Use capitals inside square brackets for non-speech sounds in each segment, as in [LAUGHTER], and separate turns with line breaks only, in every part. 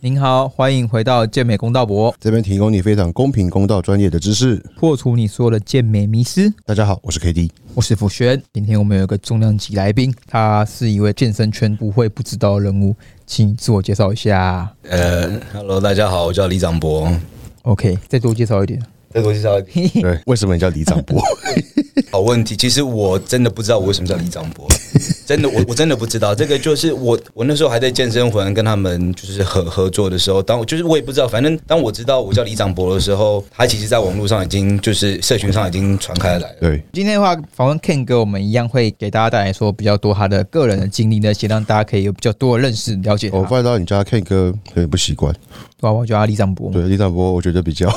您好，欢迎回到健美公道博，
这边提供你非常公平、公道、专业的知识。
破除你所有的健美迷思。
大家好，我是
[LAUGHS]
KD。
我是福轩，今天我们有一个重量级来宾，他是一位健身圈不会不知道的人物，请自我介绍一下。
呃，Hello，大家好，我叫李长博。
OK，再多介绍一点。
再多介绍一点
对，为什么你叫李长博？
[LAUGHS] 好问题，其实我真的不知道我为什么叫李长博，真的，我我真的不知道。这个就是我，我那时候还在健身环跟他们就是合合作的时候，当我就是我也不知道，反正当我知道我叫李长博的时候，他其实在网络上已经就是社群上已经传开来了。
对，
今天的话，访问 Ken 哥，我们一样会给大家带来说比较多他的个人的经历那些，让大家可以有比较多的认识了解他。
我发现到你叫他 K 哥有点不习惯。
对啊，我叫他李长博嘛。
对，李长博我觉得比
[LAUGHS]
较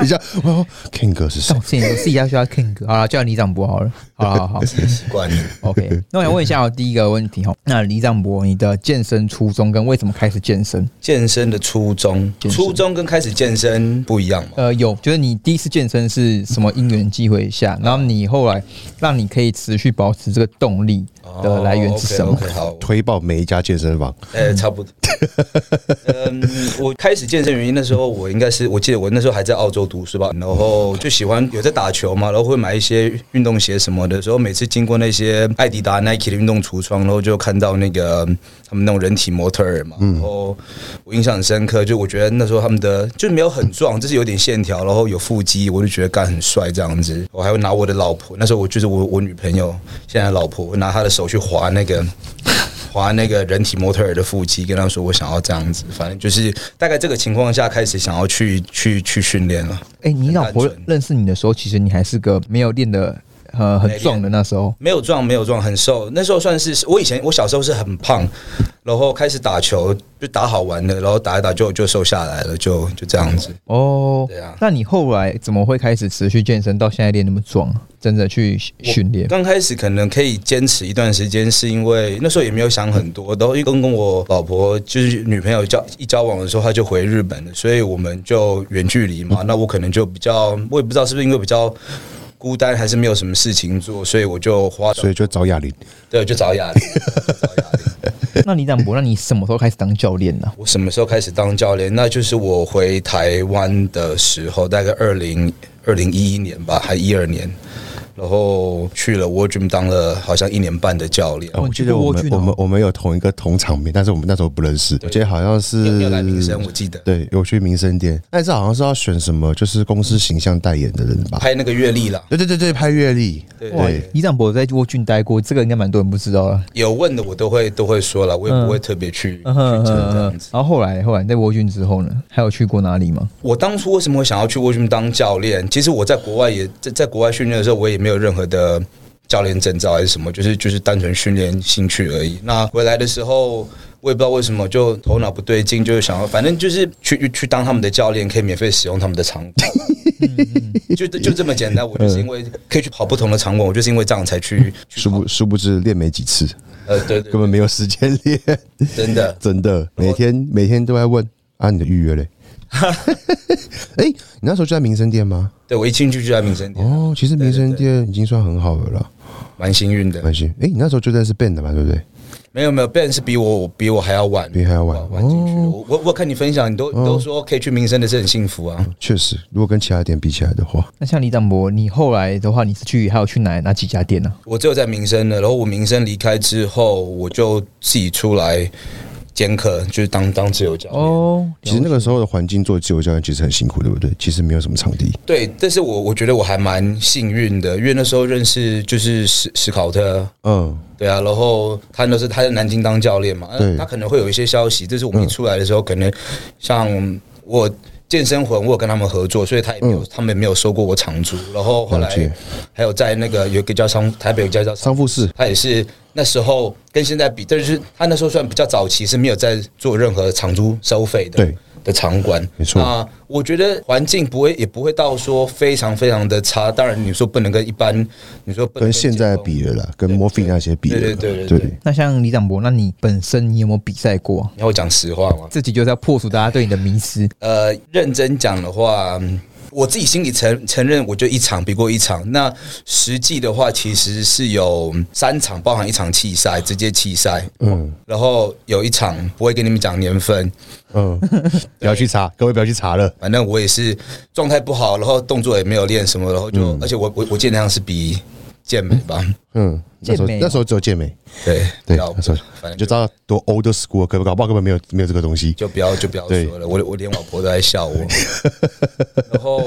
比较，哦，K 哥是谁
但？我之前有私底下叫他 Ken 哥，好了，叫他李长博好了。好了，好好。
习惯了
OK，那我想问一下哦，第一个问题哈，那李长博，你的健身初衷跟为什么开始健身？
健身的初衷，
健身
初衷跟开始健身不一样嘛？
呃，有，就是你第一次健身是什么因缘机会下，然后你后来让你可以持续保持这个动力
哦
的来源是什么？
o k 好，
推爆每一家健身房。
呃，差不多。嗯，我开始健身原因那时候，我应该是我记得我那时候还在澳洲读书吧，然后就喜欢有在打球嘛，然后会买一些运动鞋什么的。时候每次经过那些艾迪达、Nike 的运动橱窗，然后就看到那个嗯他们那种人体模特儿嘛，然后我印象很深刻，就我觉得那时候他们的就没有很壮，就是有点线条，然后有腹肌，我就觉得干很帅这样子。我还会拿我的老婆，那时候我就是我我女朋友现在的老婆，我拿她的手去划那个。划那个人体模特儿的腹肌，跟他说我想要这样子，反正就是大概这个情况下开始想要去去去训练了。
哎、你老婆
很单纯
认识你的时候，其实你还是个没有练的呃很壮的那时候。
没有壮，没有壮，很瘦。那时候算是我以前我小时候是很胖，然后开始打球就打好玩的，然后打一打就就瘦下来了，就就这样子。
哦
对啊，
那你后来怎么会开始持续健身，到现在练那么壮，真的去训练？
刚开始可能可以坚持一段时间，是因为那时候也没有想很多，然后一跟跟我老婆就是女朋友交一交往的时候，她就回日本了，所以我们就远距离
嗯
嘛。那我可能就比较，我也不知道是不是因为比较。孤单还是没有什么事情做，所以我就花
所以就找哑铃，
对就找哑铃，就找哑铃。
[LAUGHS] 那李长博，那你什么时候开始当教练呢、
[LAUGHS] 我什么时候开始当教练？那就是我回台湾的时候，大概二零二零一一年吧，还一二年。然后去了 w o r d r e a m 当了好像一年半的教练，
呃
哦
我
你去
记得
过
我
蜗
们
苣
我
呢
们我们有同一个同场面，但是我们那时候不认识。我记得好像是
你有来民生，我记得
对，有去民生店，但是好像是要选什么，就是公司形象代言的人吧？
拍那个阅历啦。
对对对对，拍阅历。
对
哇
对，
李长博在沃郡待过，这个应该蛮多人不知道了。
有问的我都会都会说了，我也不会特别去、
嗯哼嗯哼
去讲这
嗯
样
哼
子。
然后后来后来在沃郡之后呢，还有去过哪里吗？
我当初为什么会想要去 w o r d r e a m 当教练？其实我在国外也在在国外训练的时候，我也没有任何的教练证照还是什么，就是就是单纯训练兴趣而已。那回来的时候。我也不知道为什么，就头脑不对劲，就是想要，反正就是去去当他们的教练，可以免费使用他们的场馆， [LAUGHS] 就就这么简单。
嗯
我就是因为可以去跑不同的场馆，我就是因为这样才去去
殊
跑。
不殊不知练没几次，
呃，对对
根本没有时间练，
真的
真的，每天每天都在问啊你的预约 [LAUGHS] 嘞。哎、你那时候就在民生店吗？
对，我一进去就在民生店，
哦，其实民生店已经算很好了啦，
蛮幸运的
没。关系。哎、你那时候就在是 band 的嘛，对不对？
没有没有，Ben 是比我比我还要晚，
比还要晚
晚进去的。我我我看你分享，你都你都说可以去民生的是很幸福啊。
确实，如果跟其他店比起来的话，
那像李长博，你后来的话，你是去还有去哪哪几家店呢、啊
我只有在民生的，然后我民生离开之后，我就自己出来兼课，就是当当自由教练。
哦，
其实那个时候的环境做自由教练其实很辛苦，对不对？其实没有什么场地，
对，但是我我觉得我还蛮幸运的，因为那时候认识就是史史考特，
嗯，
对啊，然后他那是他在南京当教练嘛，呃
对
他可能会有一些消息，这是我们一出来的时候，可能像我健身魂，我有跟他们合作，所以他也没有，他们也没有收过我场租。然后后
嗯了解
来还有在那个有一个叫商，台北有一家叫商，
商富士
他也是那时候跟现在比，但是他那时候算比较早期，是没有在做任何场租收费的。
对
的场馆，
没错
那我觉得环境不会，也不会到说非常非常的差。当然，你说不能跟一般，你说不能
跟现
解
在
放
比了啦，跟 Morphe 那些比了啦，
对对对对对
那像李长博，那你本身你有没有比赛过？
你要我讲实话吗？
这集就是要破除大家对你的迷思。
呃，认真讲的话，嗯我自己心里承承认，我就一场比过一场。那实际的话，其实是有三场，包含一场弃赛，直接弃赛，
嗯
然后有一场不会跟你们讲年份，
[LAUGHS] 嗯，不要去查，各位不要去查了。
反正我也是状态不好，然后动作也没有练什么，然后就、而且我我我见那样是比健美吧，
嗯，那时候
健美哦
那时候只有健美，
对
对，
不要
那时候
反正
就
就
知道多 old school，根本搞不好根本没有没有这个东西。
就不要就不要
对
说了，我我连老婆都在
[LAUGHS]
笑我。然后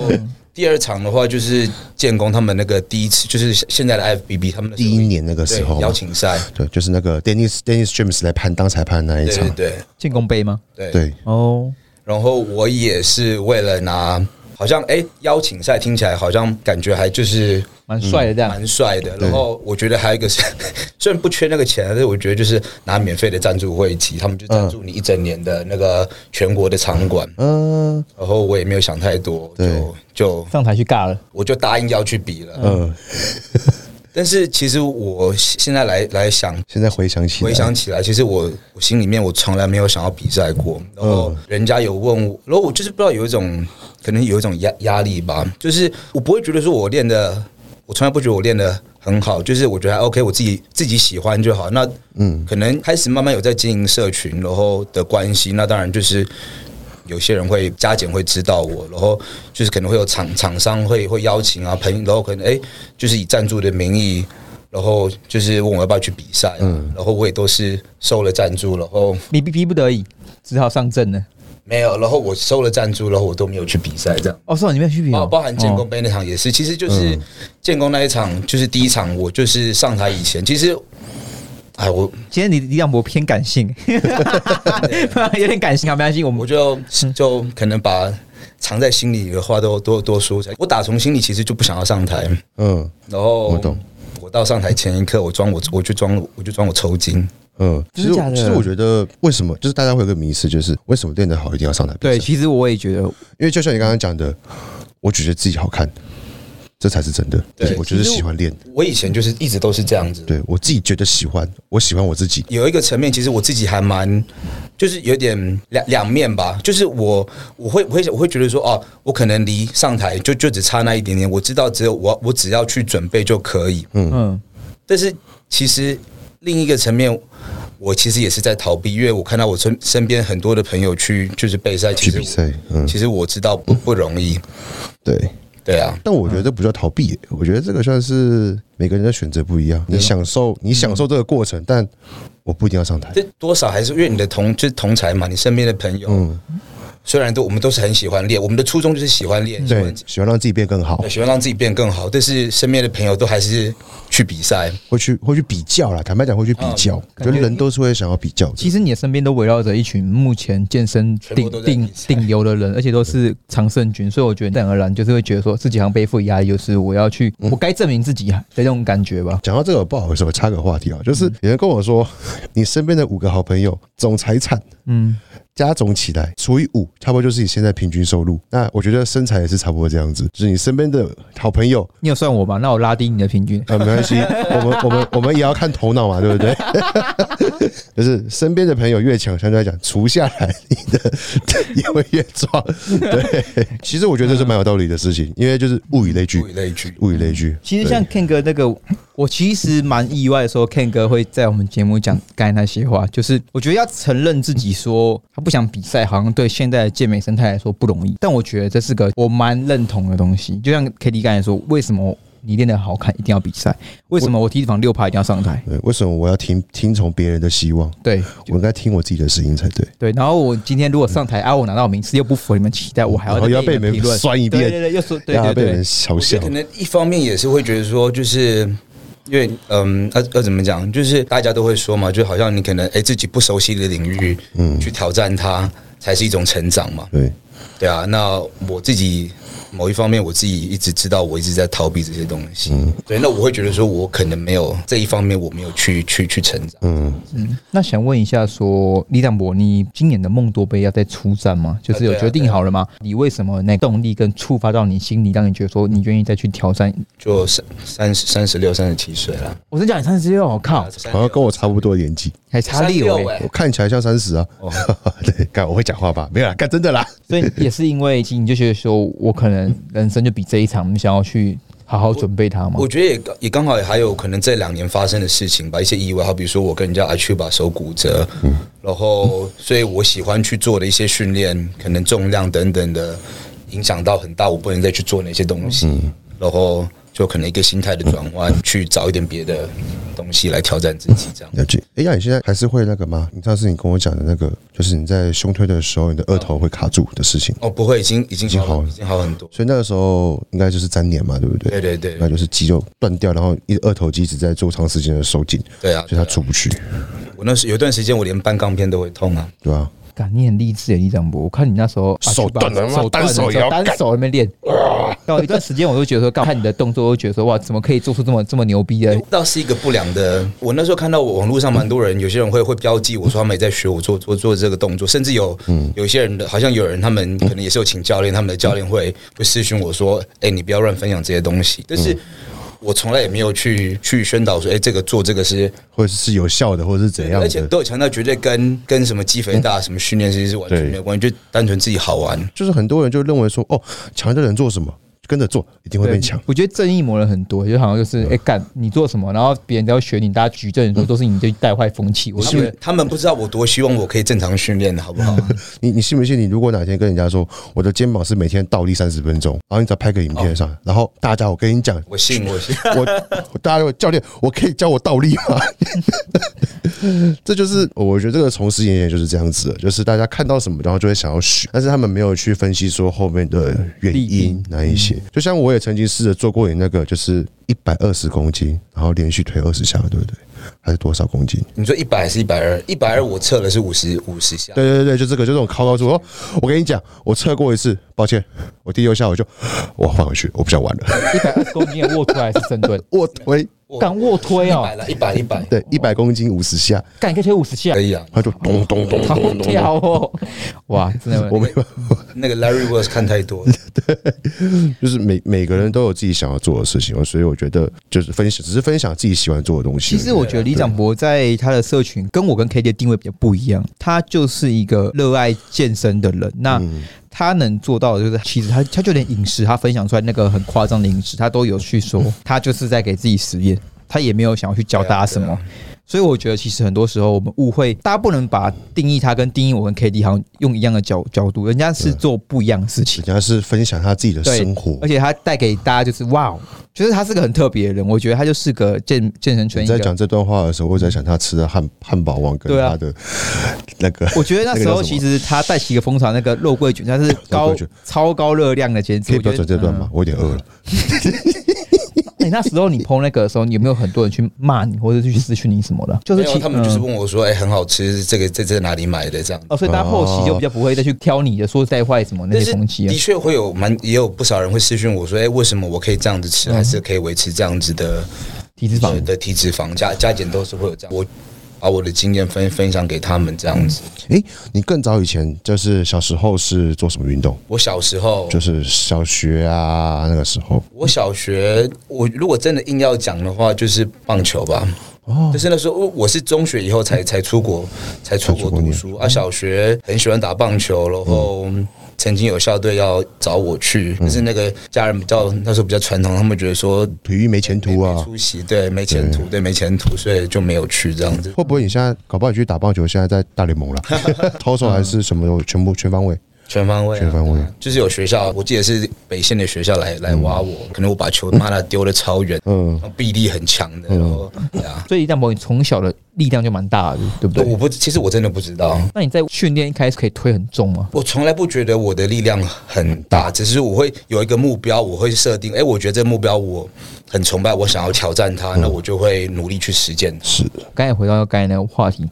第二场的话就是建工他们那个第一次，就是现在的 FBB 他们那时候
第一年那个时候
对邀请赛，
对，就是那个 Dennis Dennis James 来判当裁判那一
对
场
对，对
进攻杯吗？
对
对，
哦，
然后我也是为了拿，好像哎、邀请赛听起来好像感觉还就是
蛮帅的这样。
蛮帅的。然后我觉得还有一个是，虽然不缺那个钱，但是我觉得就是拿免费的赞助会籍，他们就赞助你一整年的那个全国的场馆。
嗯
然后我也没有想太多，
对
就就
上台去尬了，
我就答应要去比了。
嗯，
但是其实我现在来来想，
现在回想起来，
回想起来，其实我我心里面我从来没有想要比赛过。然
嗯
后人家有问我，然后我就是不知道有一种可能有一种压压力吧，就是我不会觉得说我练的，我从来不觉得我练的很好，就是我觉得还 OK，我自己自己喜欢就好。那嗯，可能开始慢慢有在经营社群，然后的关系，那当然就是。有些人会加减会知道我，然后就是可能会有厂厂商会会邀请啊朋友，然后可能哎、就是以赞助的名义，然后就是问我要不要去比赛、嗯，然后我也都是收了赞助，然后
逼逼逼不得已，只好上阵了。
没有，然后我收了赞助，然后我都没有去比赛这样。
哦，是哦，你没有去比
包
哦，
包含建
哦
工杯那场也是，其实就是建工那一场，就是第一场，我就是上台以前，其实，哎，我
今天李李亮博偏感性， [LAUGHS] 有点感性啊，没关系，我
我
们
就就可能把藏在心里的话都多多说出来。我打从心里其实就不想要上台，
嗯
然后
我懂。
我到上台前一刻，我装我我就装我就装我抽筋，
嗯，其
真
实
的假的
其实我觉得为什么就是大家会有个迷思，就是为什么练得好一定要上台比赛？
对，其实我也觉得，
因为就像你刚刚讲的，我只觉得自己好看，这才是真的。
对
我就是喜欢练，
我以前就是一直都是这样子的。
对我自己觉得喜欢，我喜欢我自己。
有一个层面，其实我自己还蛮，就是有点两两面吧。就是我我会我会我会觉得说，哦，我可能离上台就就只差那一点点，我知道只有我我只要去准备就可以。
嗯，
但是其实另一个层面，我其实也是在逃避，因为我看到我身身边很多的朋友去就是备赛，其
去
实
比赛，嗯，
其实我知道不不容易，
对。
对啊。
但我觉得这不叫逃避，我觉得这个算是每个人的选择不一样。你享受，你享受这个过程，但我不一定要上台。
这多少还是因为你的同就是同才嘛，你身边的朋友，
嗯，
虽然都我们都是很喜欢练，我们的初衷就是喜欢练，喜
对
欢，
喜欢让自己变更好
对，，喜欢让自己变更好，但是身边的朋友都还是去比赛，
会去会去比较啦。坦白讲，会去比较，我觉得人都是会想要比较的。
其实你的身边都围绕着一群目前健身
全
顶
部都在
顶
比赛
顶流的人，而且都是常胜军，所以我觉得自然而然就是会觉得说自己好像背负压力，就是我要去，
嗯
我该证明自己啊的那种感觉吧。
讲到这个不好意思，我插个话题啊，就是有人跟我说， [LAUGHS] 你身边的五个好朋友总财产
嗯，
加总起来除以五，差不多就是你现在平均收入。那我觉得身材也是差不多这样子，就是你身边的好朋友，
你有算我吗？那我拉低你的平均。
呃，没关系，我们我们我们也要看头脑嘛，对不 [LAUGHS] 对？就是身边的朋友越强，相对来讲除下来你的也会越壮。对，其实我觉得这是蛮有道理的事情，因为就是物以类聚
物，以类聚。
物以类聚。
其实像 Ken 哥那个，我其实蛮意外说 Ken 哥会在我们节目讲刚才那些话，就是我觉得要承认自己说他不想比赛，好像对现在的健美生态来说不容易。但我觉得这是个我蛮认同的东西。就像 K D 刚才说，为什么你练得好看一定要比赛？为什么我体脂肪六趴一定要上台？
对，为什么我要听听从别人的希望？
对
我应该听我自己的声音才对。
对，然后我今天如果上台啊，我拿到名次又不符合你们期待，我还
然后
要
哦要被你们
评论
酸一遍
对对对，又说对
大家
对
被
对
人，嘲
我觉
笑
得可。能一方面也是会觉得说，就是因为嗯，要、要怎么讲，就是大家都会说嘛，就好像你可能哎、自己不熟悉的领域，嗯，去挑战它才是一种成长嘛，
对，
对啊。那我自己某一方面，我自己一直知道，我一直在逃避这些东西，
嗯
对。那我会觉得说，我可能没有这一方面，我没有去去去成长。
嗯，
那想问一下说李长博，你今年的梦多杯要再出战吗？就是有
啊对啊
决定好了吗？你为什么那动力跟触发到你心里，让你觉得说你愿意再去挑战？
就三三十三十六、三十七岁了，
我真讲你三十六，我靠，
好像跟我差不多的年纪，
还差六哎、哦
哎
我看起来像三 [LAUGHS] 十啊。对，干我会讲话吧？没有啦，干真的啦。
所以也是因为你就觉得说我可能人生就比这一场，我们想要去好好准备它嘛
我。觉得也也刚好也还有可能这两年发生的事情吧，一些意外，好比说我跟人家阿去把手骨折，然后所以我喜欢去做的一些训练，可能重量等等的影响到很大，我不能再去做那些东西，然后就可能一个心态的转换，去找一点别的东西来挑战自己，这样。
了解。哎，那你现在还是会那个吗？你上次你跟我讲的那个，就是你在胸推的时候，你的二头会卡住的事情。
哦，不会，已经已经
经好
好，
了
已经好很多。
所以那个时候应该就是粘连嘛，对不对？
对对对
那就是肌肉断掉，然后一二头肌一直在做长时间的收紧，
对啊
所以它出不去，
我那时有一段时间，我连搬钢片都会痛啊。
对吧？
感你很励志耶，欸李长博。我看你那时候啊
手
去把
断了妈
手断
单
的时
手
候
也要
单手在那边练。到一段时间，我就觉得说，干看你的动作，我就觉得说，哇，怎么可以做出这么这么牛逼的？
倒是一个不良的。我那时候看到网络上蛮多人，有些人会会标记我说他们也在学我做做做这个动作，甚至有
嗯
有一些人的，好像有人他们可能也是有请教练，他们的教练会会私询我说，哎、你不要乱分享这些东西。但是
嗯
我从来也没有去去宣导说，哎、这个做这个是，
或者是有效的，或者是怎样
而且
的，嗯
都有强调绝对跟跟什么肌肥大、什么训练其实是完全没有关系，就单纯自己好玩。
就是很多人就认为说，哦，强的人做什么，跟着做一定会变强。
我觉得正义魔人很多，就好像就是，哎、干你做什么，然后别人都要学你，大家举证说都是你就带坏风气。我
他
觉得
们他们不知道我多希望我可以正常训练的，好
[LAUGHS]
不好？
你你信不信？你如果哪天跟人家说我的肩膀是每天倒立三十分钟，然后你只要拍个影片
哦
上，然后大家我跟你讲，
我信，我信。
我 [LAUGHS] 我大家有教练，我可以教我倒立吗？ [LAUGHS] 这就是我觉得这个从实演也就是这样子的，就是大家看到什么，然后就会想要学，但是他们没有去分析说后面的原
利
因嗯
益
那一些。就像我也曾经试着做过你那个，就是一百二十公斤，然后连续推二十下，对不对？还是多少公斤？
你说一百还是一百二？一百二我测的是五十五十下。
对对对对，就这个，就这种靠高说，哦我跟你讲，我测过一次，抱歉，我第六下我就我换回去，我不想玩 [LAUGHS] 了，
一百二十公斤的卧推还是深蹲，
我推
干卧推
一
哦、
百了，一百
[LAUGHS]
一百，
对一百公斤五十下，
干可以推五十下
可，以啊。
他就咚咚咚
好
咚咚咚。
屌哦、哇，真的，
我没办法，
那个 Larry Woods 看太
[LAUGHS]
多了，
就是每每个人都有自己想要做的事情，所以我觉得就是分享，只是分享自己喜欢做的东西而
其
已。
实我觉得李长博在他的社群跟我跟 K 的定位比较不一样，他就是一个热爱健身的人。那
嗯
他能做到的就是，其实他他就连饮食，他分享出来那个很夸张的饮食，他都有去
[LAUGHS]
说，他就是在给自己实验，他也没有想要去教大家什
对
么
啊。
嗯
所以我觉得，其实很多时候我们误会，大家不能把定义他跟定义我跟 K D 好像用一样的角角度，人家是做不一样的事情
人。家是分享他自己的
对
生活
而。且他带给大家就是哇哦，就是他是个很特别的人，我觉得他就是个健健身圈
你
一
在
个
讲这段话的时候，我在想他吃的汉汉堡王跟
对啊
他的那个
我觉得那时候其实他带起一个风潮，那个肉桂卷，它是
肉
高
桂卷
超高热量的减脂。
可以
我
不
觉
要
得
转这段吗？我有点饿了。
你、那时候你碰那个的时候，你有没有很多人去骂你，或者去私讯你什么的？就
[LAUGHS] 没
是其
有，他们就是
嗯
问我说：“哎，很好吃，这个在这哪里买的？”这样。
哦，所以大家后期就比较不会再去挑你的，说带坏什么那
但
些
是
东西啊
的。确会有蛮也有不少人会私讯我说：“哎，为什么我可以这样子吃，还是可以维持这样子的
体嗯脂肪
的体脂肪加加减都是会有这样。”我把我的经验分分享给他们这样子。
诶，你更早以前就是小时候是做什么运动？
我小时候
就是小学啊那个时候
我小学，我如果真的硬要讲的话，就是棒球吧。哦，就是那时候我我是中学以后才才出国，才出
嗯才出
国
国
读
念嗯
书啊。小学很喜欢打棒球，然后曾经有校队要找我去，但是那个家人比较那时候比较传统，他们觉得说
体育没前途
没
啊。
出席，对，没前途，对，没前途，所以就没有去这样子。
会不会你现在搞不好你去打棒球，现在在大联
[LAUGHS]
盟了，投手还是什么都全部全方位？
全方位、啊，
全方位
对啊就是有学校，我记得是北县的学校来来挖我，可能我把球妈的丢的超远，
嗯，
臂力很强的，然后对啊，
所以张博，你从小的力量就蛮大的，对不
对，
对
我？不，其实我真的不知道。
那你在训练一开始可以推很重吗？
我从来不觉得我的力量很大，只是我会有一个目标，我会设定，哎、我觉得这目标我很崇拜，我想要挑战它，那我就会努力去实践它。
是
刚才回到刚才那个话题，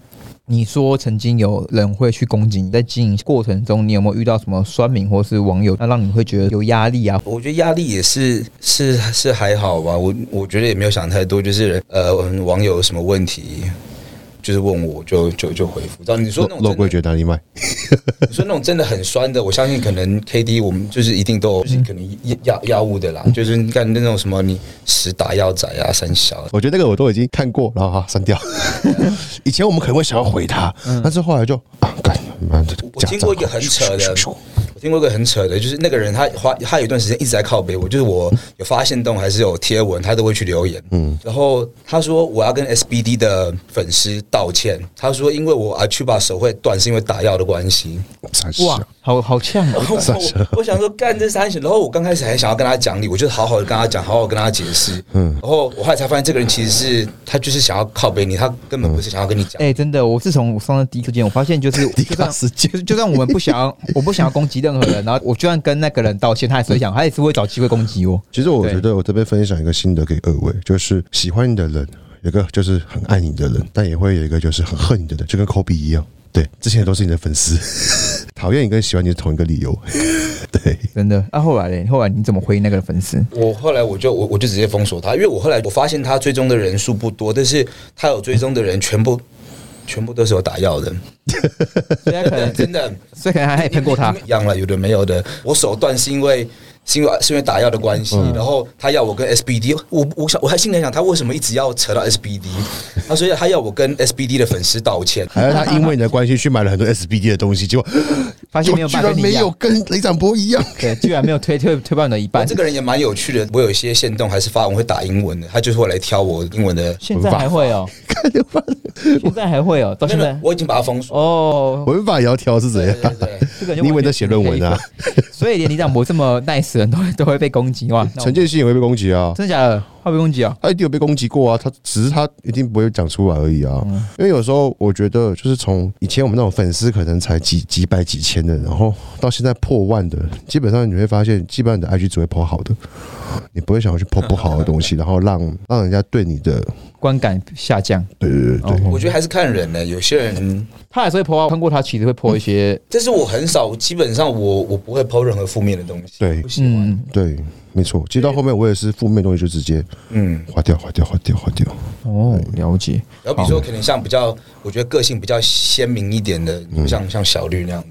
你说曾经有人会去攻击你，在经营过程中，你有没有遇到什么酸民或是网友，那让你会觉得有压力啊？
我觉得压力也是是是还好吧，我我觉得也没有想太多，就是呃，网友有什么问题。就是问我就就就回复，到你说
肉
那种
肉
真的
桂卷哪里卖？
你说那种真的很酸的，我相信可能 K D 我们就是一定都有，就是可能药药药物的啦，就是干那种什么你实打药仔啊、三小啊
我觉得那个我都已经看过，然后哈删掉。 [LAUGHS] 以
嗯
前我们可能会想要回他，但是后来就啊，干妈的
我听过一个很扯的，我听过一个很扯的，就是那个人他花他有一段时间一直在靠北我，就是我有发现动还是有贴文，他都会去留言。嗯，然后他说我要跟 SBD 的粉丝道歉，他说因为我啊去把手会断是因为打药的关系。
傻
哇
啊
笑，，
好好呛哦！
我我想说干这三小，然后我刚开始还想要跟他讲理，我就好好的跟他讲，好好地跟他解释。嗯，然后我后来才发现这个人其实是他就是想要靠北你，他根本不是想要跟你讲。
哎、真的，我自从我上了第一课间，我发现
[LAUGHS]
就是，就算
时间
就就算我 [LAUGHS] 们不想要，我不想要攻击任何人，然后我就算跟那个人道歉，他也是会想，他也是会找机会攻击我。
其实我
对
觉得我这边分享一个心得给二位，就是喜欢你的人，有一个就是很爱你的人，但也会有一个就是很恨你的人，就跟科比一样。对，之前都是你的粉丝， [LAUGHS] 讨厌你跟喜欢你是同一个理由。 [LAUGHS] 对，
真的。那、后来嘞？后来你怎么回应那个粉
[LAUGHS]
丝？
我后来我就我我就直接封锁他，因为我后来我发现他追踪的人数不多，但是他有追踪的人全部全部都是有打药的，
所以他可 [LAUGHS] 能，
真的
所以可能他也骗过他。
养了有的没有的。我手段是因为是因为是因为打药的关系，
嗯
然后他要我跟 SBD，我我想我还心里想他为什么一直要扯到 SBD，他说啊他要我跟 SBD 的粉丝道歉。
还有他因为你的关系去买了很多 SBD 的东西，结果
发现没有
居
办法
然
跟你
没
一
有
样，
跟雷展波一样。 [LAUGHS]
对，居然没有推推推爆你的一
我
半
这。个人也蛮有趣的，我有一些线动还是发文会打英文的，他就是会来挑我英文的。
现在还会哦、现在还会哦、到现
没有没
在
有我已经把他封锁。
哦，
[LAUGHS] 文法窈窕是怎
对
样？
对对。
这个就
你以为在写论文啊？
所以连李长博这么 nice 的人都会都会被攻击哇！那我
陈建新也会被攻击啊，
真的假的？会被攻击啊？
他一定有被攻击过啊，他只是他一定不会讲出来而已啊。
嗯
因为有时候我觉得，就是从以前我们那种粉丝可能才几几百几千的，然后到现在破万的，基本上你会发现，基本上你的 IG 只会破好的，你不会想要去破不好的东西，然后让让人家对你的，
观感下降。
对对对对，
哦
我觉得还是看人呢、有些人，
他还是会泼，啊通过他其实会泼一些，
但是我很少，基本上我我不会抛任何负面的东西。
对
不喜欢。
嗯，
对，没错。其实到后面我也是负面的东西就直接
嗯，
划掉，划掉，划掉，划掉。 [LAUGHS]
哦，了解。
然后比如说可能像比较，我觉得个性比较鲜明一点的，
嗯
像像小绿那样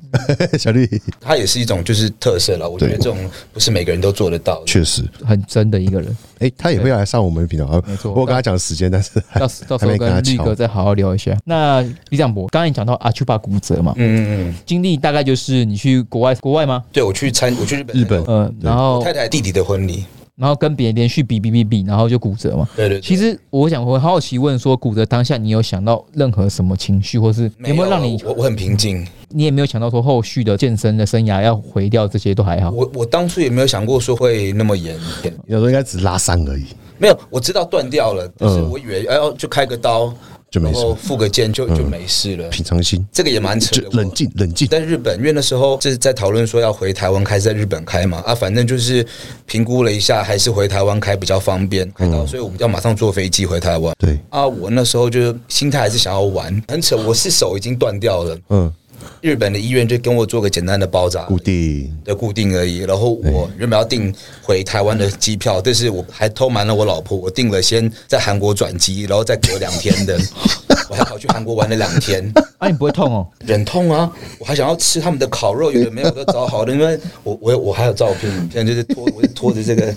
子，
小绿，
它也是一种就是特色了。我觉得这种不是每个人都做得到的。
确实，
很真的一个人，
哎、他也会来上我们的频道啊。
没错
我有跟他讲时间，但是
[LAUGHS]
还
到时到时
还
候
没跟他
跟绿
敲
哥再好好聊一下。那李长博，刚才你讲到阿丘巴骨折嘛，
嗯嗯嗯，
经历大概就是你去国外，国外吗？
对我去参，我去日本，
日本
呃，然
我
后
太太弟弟的婚礼，
然后跟别人连续比比比比，然后就骨折嘛。
对对对。
其实我想，我好奇问说，骨折当下你有想到任何什么情绪，或是有没有让你，
我我很平静？
你也没有想到说后续的健身的生涯要毁掉这些都还好。
我我当初也没有想过说会那么严严
有时候应该只拉伤而已。
没有，我知道断掉了，但是
嗯
我以为哎呦就开个刀，
就没
然
事嗯
后附个件就就没事了。
平常心，
这个也蛮扯
就
的，
冷静冷静。
在日本，因为那时候就是在讨论说要回台湾开，在日本开嘛啊，反正就是评估了一下，还是回台湾开比较方便，开
嗯
到，所以我们要马上坐飞机回台湾。
对，
啊，我那时候就是心态还是想要玩，很扯，我是手已经断掉了，
嗯，
日本的医院就跟我做个简单的包扎
固定
的固定而已。然后我原本要订回台湾的机票，但是我还偷瞒了我老婆，我订了先在韩国转机，然后再隔两天
[LAUGHS]
的，我还跑去韩国玩了两天。
啊，你不会痛哦？
忍痛啊！我还想要吃他们的烤肉，有的没有的找好的，因为我我我还有照片，现在就是拖我就拖着这个，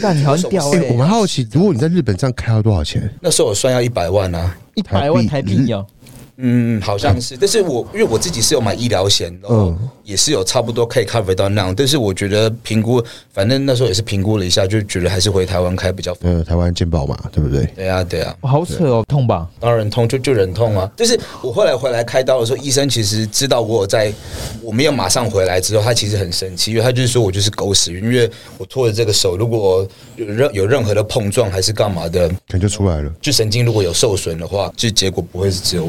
那你好像屌
屌
哎、
欸
我们好奇，如果你在日本这样开要多少钱？
那时候我算要一百万啊，
一百万台币哦，
嗯，好像是，但是我因为我自己是有买医疗险，然后也是有差不多可以 cover 到那样，但是我觉得评估，反正那时候也是评估了一下，就觉得还是回台湾开比较。
呃，台湾健保嘛，对不对？
对啊，对啊，
哇好扯哦，痛吧？
当然忍痛就就忍痛啊。就是我后来回来开刀的时候，医生其实知道我有在，我没有马上回来之后，他其实很生气，因为他就是说我就是狗屎运，因为我拖着这个手，如果有任有任何的碰撞还是干嘛的，
可能就出来了。
就神经如果有受损的话，就结果不会是只有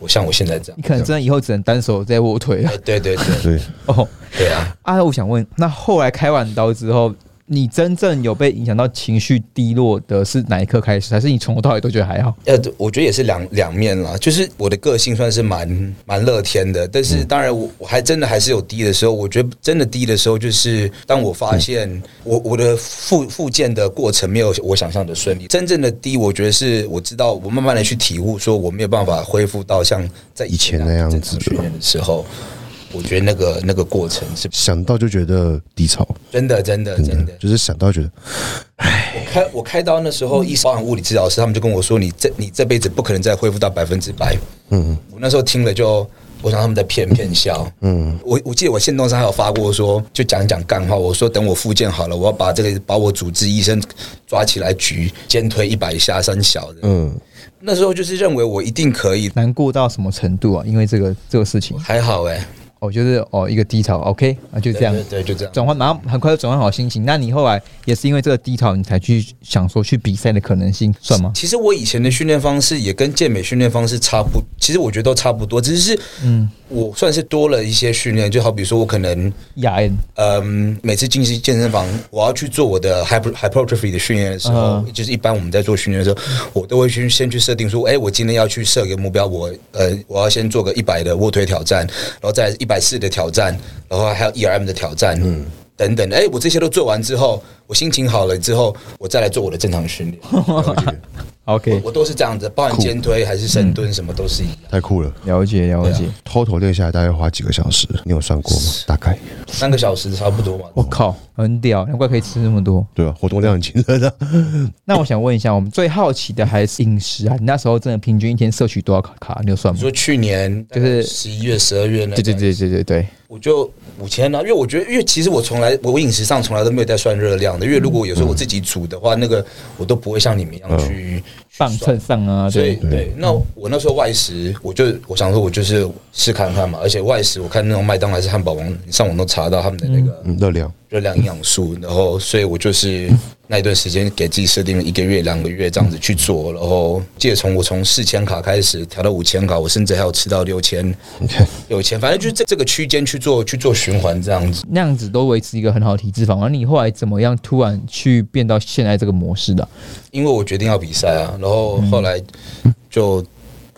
我像我现在这样
你。可能真的以后只能单手在握
[LAUGHS]
腿了
哎，对对对
对，
哦。
对啊！
啊，我想问，那后来开完刀之后，你真正有被影响到情绪低落的是哪一刻开始？还是你从头到尾都觉得还好？
呃，我觉得也是两两面啦。就是我的个性算是蛮蛮乐天的，但
嗯
是当然我我还真的还是有低的时候。我觉得真的低的时候，就是当我
嗯
发现我我的复复健的过程没有我想象的顺利。真正的低，我觉得是我知道我慢慢的去体悟，说我没有办法恢复到像在
以前那样子
正常训练的时候。我觉得那个那个过程是
想到就觉得低潮，
真的，真的，真的。
就是想到觉得
我开我开刀那时候，医生和物理治疗嗯师他们就跟我说：“你这你这辈子不可能再恢复到百分之百。”嗯，我那时候听了就我想他们在骗骗笑。嗯，我我记得我线动上还有发过说，就讲一讲干话。我说等我复健好了，我要把这个把我主治医生抓起来举肩推一百下三小的。
嗯，
那时候就是认为我一定可以，
难过到什么程度啊？因为这个这个事情，
还好哎、
哦，就是哦一个低潮，OK 啊，就这样
对，对对，就这样。
转换，然后很快就转换好心情。那你后来也是因为这个低潮，你才去想说去比赛的可能性，算
[LAUGHS]
吗？
其实我以前的训练方式也跟健美训练方式差不，其实我觉得都差不多，只是嗯，我算是多了一些训练，就好比说我可能
雅恩，
嗯，每次进去健身房，我要去做我的 hyper hypertrophy 的训练的时候，
嗯
就是一般我们在做训练的时候，我都会去先去设定说，哎、我今天要去设个目标，我呃，我要先做个一百的卧推挑战，然后再一百四的挑战，然后还有 ERM 的挑战，嗯。等等，哎、我这些都做完之后，我心情好了之后，我再来做我的正常训练。
了解
OK，
我都是这样子，包含肩推还是深蹲，什么都是一样。
太酷了。
了解了
啊
解。
偷偷练下来大概花几个小时，你有算过吗？大概
三个小时差不多嘛。
我靠，很屌，难怪可以吃那么多。
对啊，活动量很惊人啊的。
那我想问一下，我们最好奇的还是饮食啊？你那时候真的平均一天摄取多少卡卡？你有算
你
吗？
说去年
就是
十一月、十二月那，
对对，对对对对，
我就五千啊，因为我觉得，因为其实我从来我我饮食上从来都没有在算热量的，因为如果有时候我自己煮的话，那个我都不会像你们一样去去
磅
算
秤上啊，
所以
对，
对，那我那时候外食，我就我想说，我就是试看看嘛。而且外食，我看那种麦当劳还是汉堡王，你上网都查到他们的那个
嗯，热量
热量营养素，然后所以我就是那一段时间给自己设定了一个月、两个月这样子去做，然后借从我从四千卡开始调到五千卡，我甚至还有吃到六千、六千，反正就是这这个区间去做去做循环这样子。
那样子都维持一个很好的体脂肪。而你后来怎么样突然去变到现在这个模式的啊？
因为我决定要比赛啊，然后后来就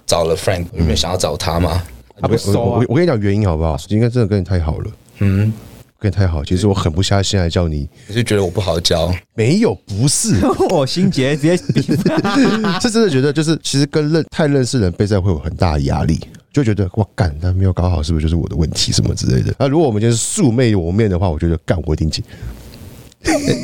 找了 Frank，因为想要找他嘛，
他不
我
熟
我
啊
我，跟你讲原因好不好？应该真的跟你太好了，
嗯，
跟你太好。其实我狠不下心来叫你，
可是觉得我不好教，
没有，
[LAUGHS]
不是，
我心结直接比
是真的觉得就是其实跟认太认识人备赛会有很大的压力。就觉得哇干，他没有搞好，是不是就是我的问题什么之类的？那如果我们今天是素昧我面的话，我觉得干我一定解。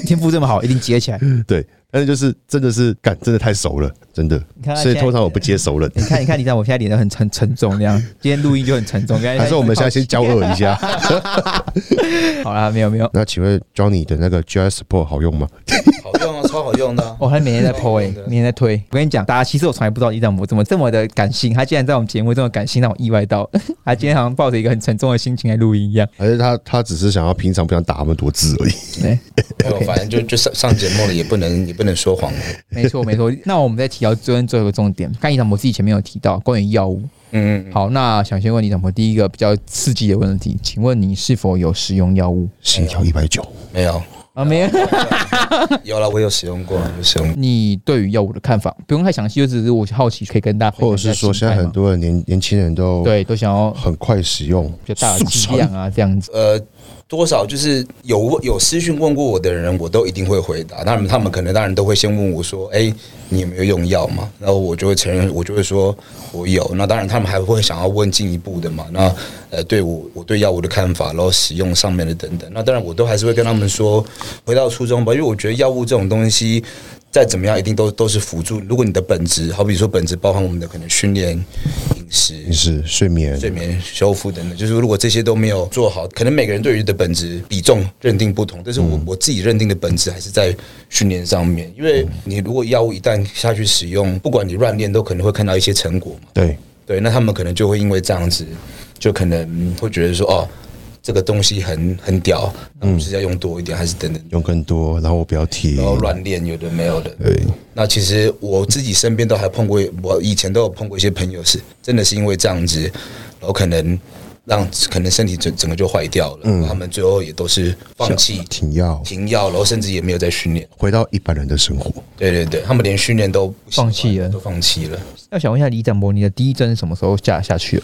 天赋这么好，一定接起来。
[LAUGHS] 对，但是就是真的是干，真的太熟了，真的
看。他
所以
现在
通常我不接熟
[LAUGHS]
人，
你看，你看，你看，我现在脸都很沉沉重，那样。今天录音就很沉重，刚才
还是我们现在先交恶一下。 [LAUGHS]
好啦，没有没有，
那请问 Johnny 的那个 GI Support 好用吗？
好用啊，超好用的啊、
我还每天在 [LAUGHS] PO 哎、
真的
每天在推。我跟你讲，大家其实我从来不知道伊朗我怎么这么的感性，他竟然在我们节目这么感性，让我意外到。 [LAUGHS] 他今天好像抱着一个很沉重的心情来录音一样。
还是他他只是想要平常不想打那么多字
[LAUGHS]
而已？
对，
没有，反正就就上上节目了，也不能也不能说谎。
[LAUGHS] 没错
[LAUGHS]
没错。那我们再提到最后最后一个重点，刚伊朗我自己前面有提到关于药物。
嗯，
好，那想先问你什么？第一个比较刺激的问题，请问你是否有使用药物？
心跳一百九，
没有，
啊，没有。
有了，我有使用过，有使用过。
[LAUGHS] 你对于药物的看法，不用太详细，就只是我好奇，可以跟大家分享
或者
一下
是说
心
现
态
在很
嘛
多的年年轻人都
对都想要
很快使用
比较大的
速
剂
成
量
[LAUGHS]
啊，这样子。
呃，多少就是有问有私讯问过我的人，我都一定会回答。当然，他们可能当然都会先问我说：“哎、你有没有用药嘛？”然后我就会承认，我就会说我有。那当然，他们还会想要问进一步的嘛。那呃，对我我对药物的看法，然后使用上面的等等。那当然，我都还是会跟他们说，回到初衷吧，因呃为我觉得药物这种东西。再怎么样，一定都都是辅助。如果你的本质，好比说本质包含我们的可能训练、饮食
饮、食、睡眠，
睡眠修复等等，就是如果这些都没有做好，可能每个人对于的本质比重认定不同，但是我、我自己认定的本质还是在训练上面，因为你如果药物一旦下去使用，不管你乱练，都可能会看到一些成果嘛。
对，
对，那他们可能就会因为这样子，就可能会觉得说，哦，这个东西很很屌，那我们是要用多一点，还是等等，
用更多，然后我不要停
然，后乱练有的没有的。
对，
那其实我自己身边都还碰过，我以前都有碰过一些朋友是真的是因为这样子，然后可能让可能身体整整个就坏掉了，他们最后也都是放弃
停药，
停药，然后甚至也没有在训练。
回到一般人的生活。
对对对，他们连训练都不喜欢
放弃了
都放弃了。
要想问一下李展博，你的第一针是什么时候下下去了？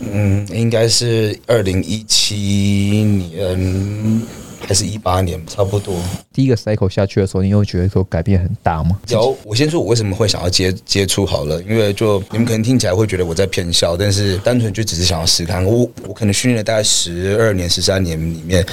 嗯，应该是二零一七年嗯还是一八年，差不多。
第一个 cycle 下去的时候，你有觉得说改变很大吗？
有，我先说我为什么会想要接接触好了，因为就你们可能听起来会觉得我在骗笑，但是单纯就只是想要试看。我我可能训练了大概十二年、十三年里面，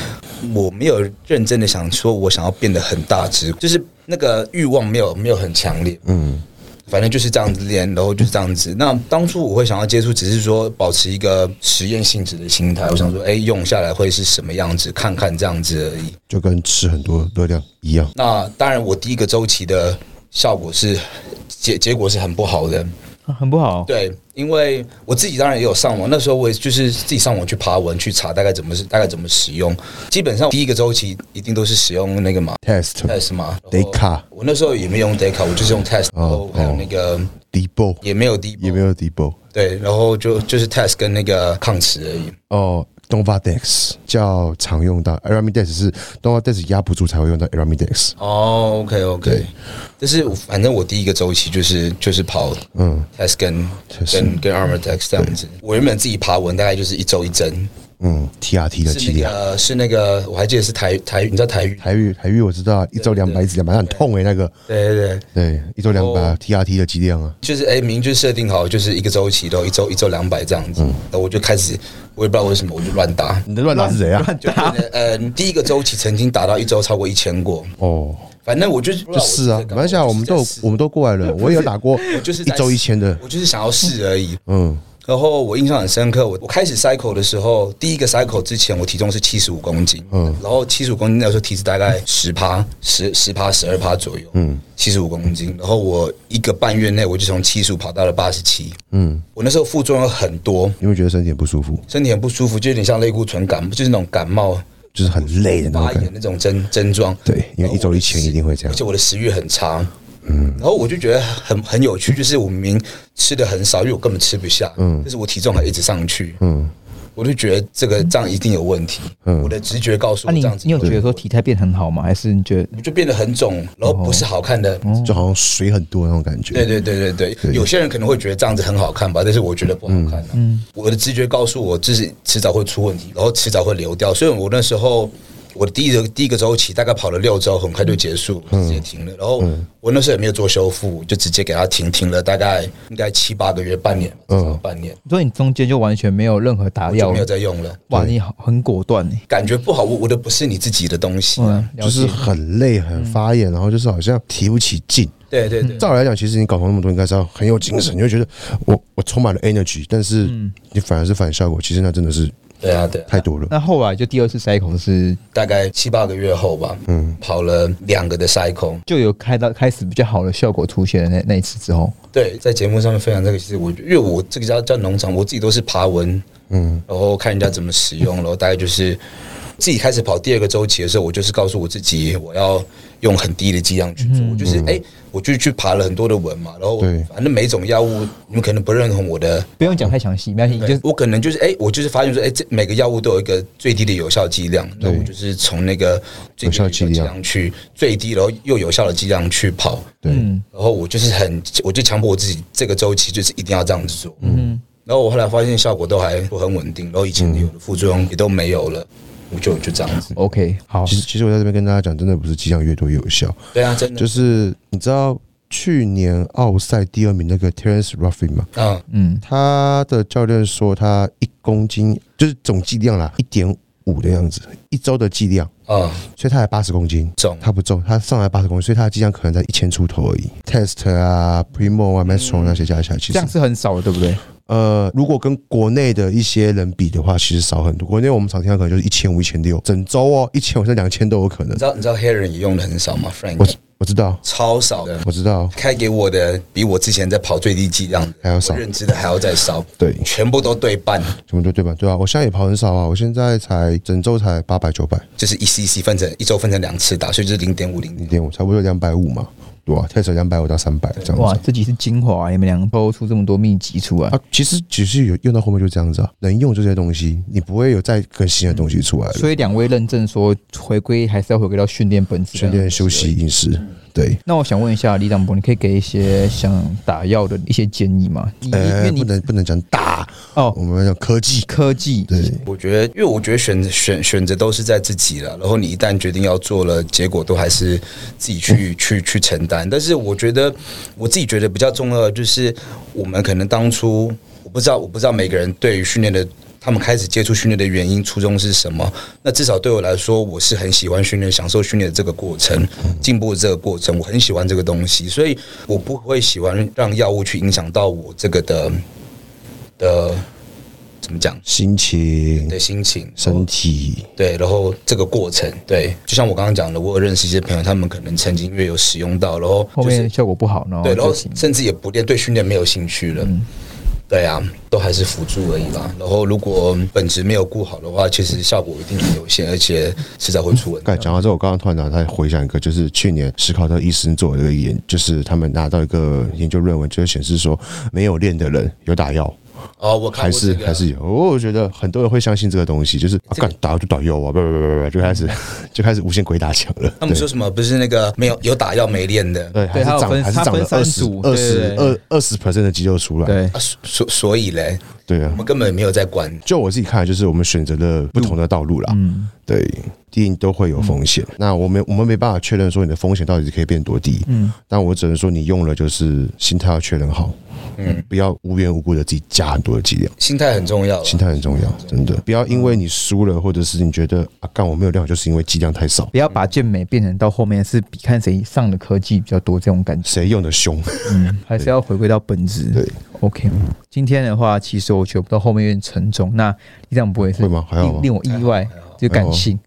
我没有认真的想说我想要变得很大只，就是那个欲望没有没有很强烈。
嗯，
反正就是这样子练，然后就是这样子。那当初我会想要接触，只是说保持一个实验性质的心态。我想说，哎、用下来会是什么样子，看看这样子而已。
就跟吃很多热量一样。
那当然，我第一个周期的效果是结结果是很不好的。
啊很不好。
对，因为我自己当然也有上网，那时候我也就是自己上网去爬文去查大概怎么是大概怎么使用。基本上第一个周期一定都是使用那个嘛
Test
test 嘛
Deca
我那时候也没用 Deca，我就是用 test，然后还有那个
Debo
也没有 D，
也没有 Debo
对，然后就就是 test 跟那个抗磁而已。
哦。Novadex 较常用到 a r a m i d e x 是 Novadex 压不住才会用到 a r a m i d e x
哦，OK OK，但是我反正我第一个周期就是就是跑
嗯，
test 跟跟跟 armor test 这样子。我原本自己爬文大概就是一周一针，
嗯，TRT 的
是
剂
那
量。
个是那个我还记得是台台语，你知道台语
啊台语台语我知道，一周两百只，两百很痛诶、那个
对对对，
对，一周两百
哦
TRT 的剂量啊，
就是哎，明就设定好，就是一个周期，然后一周一周两百这样
嗯
子。然后我就开始，我也不知道为什么，我就乱
[LAUGHS]
打。
你的乱打是谁啊？
就变得呃，第一个周期曾经打到一周超过一千过，
哦，
反正我就是
就是啊，没关系啊，我们都有我们都过来
[LAUGHS]
了，我也有打过
就是
一
在
周一千的，
我就是想要试而已。
嗯，
然后我印象很深刻，我我开始 cycle 的时候，第一个 cycle 之前我体重是七十五公斤，嗯，然后七十五公斤那时候体脂大概十趴、十十趴、十二趴左右，嗯，七十五公斤，然后我一个半月内我就从七十五跑到了八十七，嗯，我那时候副作用很多，
你会觉得身体很不舒服，
身体很不舒服，就有点像类固醇感，就是那种感冒
就是很累的那
发
种感
炎
觉。
那种症症状，
对，因为一周一千一定会这
而
样
且。我的食欲很差。嗯，然后我就觉得很很有趣，就是我明明吃的很少，因为我根本吃不下，嗯，但是我体重还一直上去，
嗯，
我就觉得这个这样一定有问题，
嗯
我的直觉告诉
那
我
啊
这
你
样子，
你有觉得说体态变很好吗？还是你觉得
就变得很肿，然后不是好看的，
就好像水很多那种感觉。
对对对对对，有些人可能会觉得这样子很好看吧，但是我觉得不好看、啊。嗯，我的直觉告诉我，就是迟早会出问题，然后迟早会流掉。所以我那时候我的第一个第一个周期大概跑了六周，很快就结束，直接停了。然后我那时候也没有做修复，就直接给它停停了，大概应该七八个月，半年吧，至少半年
你说你中间就完全没有任何打
就
药
没有
了？
再用了。
哇，你好很果断呢。
感觉不好，我我的不是你自己的东西、啊。
嗯，了解
就是很累、很发
嗯
炎，然后就是好像提不起劲。
对对对，
照理来讲，其实你搞完那么多，应该是要很有精神，你会觉得我我充满了 energy，但是
嗯
你反而是反效果。其实那真的是
对啊对啊
太多了。
那后来就第二次 cycle 是
大概七八个月后吧，嗯，跑了两个的 cycle。
就有开到开始比较好的效果出现的那那一次之后，
对，在节目上面分享这个，其实我因为我这个叫叫农场，我自己都是爬文，嗯，然后看人家怎么使用，然后大概就是自己开始跑第二个周期的时候，我就是告诉我自己，我要用很低的剂量去做，我就是哎、我就去爬了很多的文嘛，然后
对
反正每种药物你们可能不认同我的，
不用讲太详细，没关系，你
对
就
我可能就是哎、我就是发现说，哎、这每个药物都有一个最低的有效剂量，那我就是从那个最低的有效剂
有效剂
量
量
去最低，然后又有效的剂量去跑，
对
嗯
然后我就是很，我就强迫我自己这个周期就是一定要这样子做。
嗯，
然后我后来发现效果都还都很稳定，然后以前有的副作用也都没有了，我就就这样子。
OK 好
其，实，其实我在这边跟大家讲，真的不是剂量越多越有效，
对啊，真的
就是你知道去年奥赛第二名那个 Terence Ruffin 吗？
嗯，
嗯
他的教练说他一公斤就是总剂量啦，一点五的样子，一周的剂量，
啊，
所以他才八十公斤。
重
他不重，他上来八十公斤，所以他的剂量可能在一千出头而已。Test 啊，Primo 啊，Metro
嗯
那些加起来，其
这
实
样是很少的，对不对？
呃，如果跟国内的一些人比的话，其实少很多。国内我们常听到可能就是一千五、一千六，整周哦，一千五甚至两千都有可能
你知。道你知道黑人也用的很少吗
我
？Frank
我知道，
超少的，
我知道，
开给我的比我之前在跑最低剂量的
还要少
我认知的还要再少，
对，
全部都对半，
什么都对吧？对啊，我现在也跑很少啊，我现在才整周才八百、九百。
就是一 cc 分成一周分成两次打，所以就是零点五零
零点五，差不多两百五嘛，对吧、啊？太少两百五到三百这样
哇，
子。
这集是精华，欸你们两个都出这么多秘籍出来，
啊，其实只是有用到后面就这样子啊，能用这些东西，你不会有再更新的东西出来了。
所以两位认证说回归还是要回归到训练本质。啊
训练、休息、饮食，对，
那我想问一下李长博，你可以给一些想打药的一些建议吗？你因
呃，
为
不
你
能不能讲打，
哦
我们要讲科技，
科技
对，
我觉得，因为我觉得选选选择都是在自己了，然后你一旦决定要做了，结果都还是自己去、去去承担。但是我觉得，我自己觉得比较重要的就是，我们可能当初我不知道，我不知道每个人对于训练的他们开始接触训练的原因、初衷是什么。那至少对我来说，我是很喜欢训练、享受训练的这个过程、进步的这个过程，我很喜欢这个东西，所以我不会喜欢让药物去影响到我这个的的怎么讲
心情、
的心情、
身体，
对，然后这个过程，对，就像我刚刚讲的，我有认识一些朋友，他们可能曾经因为有使用到，然后
后
就是
面效果不好，然后
对，然后
就行。
甚至也不练，对训练没有兴趣了。
嗯
对啊，都还是辅助而已啦。然后如果本质没有顾好的话，其实效果一定很有限，而且迟早会出问
刚
题。
才讲到这，我刚刚突然脑袋回想一个，就是去年史考特医生做的一个研，就是他们拿到一个研究论文，就是显示说没有练的人有打药。
哦，我看
嗯还
过这
是
个
还是有，我觉得很多人会相信这个东西，就是啊，干打就打药啊，不不不不，就开始就开始无限鬼打墙了。
他们说什么？不是那个没有有打药没练的
对，还
对
是
它有
长
分
还是
它
长
分
了
三
二十
组
二
对
十
对对
二二十 percent 的肌肉出来。
对
啊，所所以嘞，
对啊
我，们根本没有在管。
就我自己看，就是我们选择了不同的道路啦。嗯，对，一定都会有风险。
嗯
那我们我们没办法确认说你的风险到底可以变多低。嗯，但我只能说你用了就是心态要确认好。嗯，不要无缘无故的自己加很多的剂量。
心态很重要啊，
心态很重要，真的不要因为你输了，或者是你觉得啊，干我没有料，就是因为剂量太少，
不要把健美变成到后面是比看谁上的科技比较多这种感觉，
谁用的凶，
嗯，还是要回归到本质。
对
，OK。今天的话，其实我觉得到后面有点沉重，那李长博也是
会吗还好吗哎
令令我意外，就感性，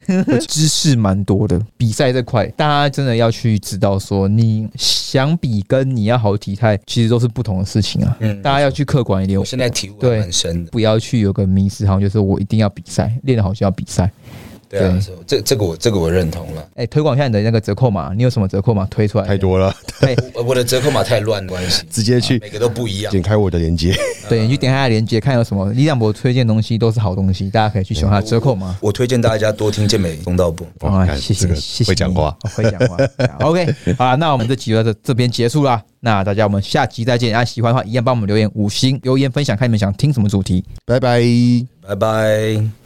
知识蛮多
[LAUGHS]
的。 [LAUGHS] 比赛这块，大家真的要去知道说，你想比跟你要好体态，其实都是不同的事情啊。
嗯
大家要去客观一点
我，现在体悟还
对
蛮深的。
不要去有个迷失，好像就是我一定要比赛，练得好就要比赛。
对啊
对，
是这这个我这个我认同了。
哎、推广一下你的那个折扣码，你有什么折扣码推出来？
太。多了，
哎、
我我的折扣码太乱，关系
直接去
啊每个都不一样。
点开我的链接，
对，你去点开他的链接，看有什么李亮博推荐的东西都是好东西，大家可以去选他的折扣码。
我推荐大家多听健美公道部。
哇
啊，
干
谢
这
谢，
个
谢谢
会讲
你
话，
哦会讲话。OK，好
[LAUGHS]
啦，那我们这集就到这这边结束啦。那大家我们下集再见。啊，喜欢的话一样帮我们留言五星留言分享，看你们想听什么主题。
拜拜。
拜拜。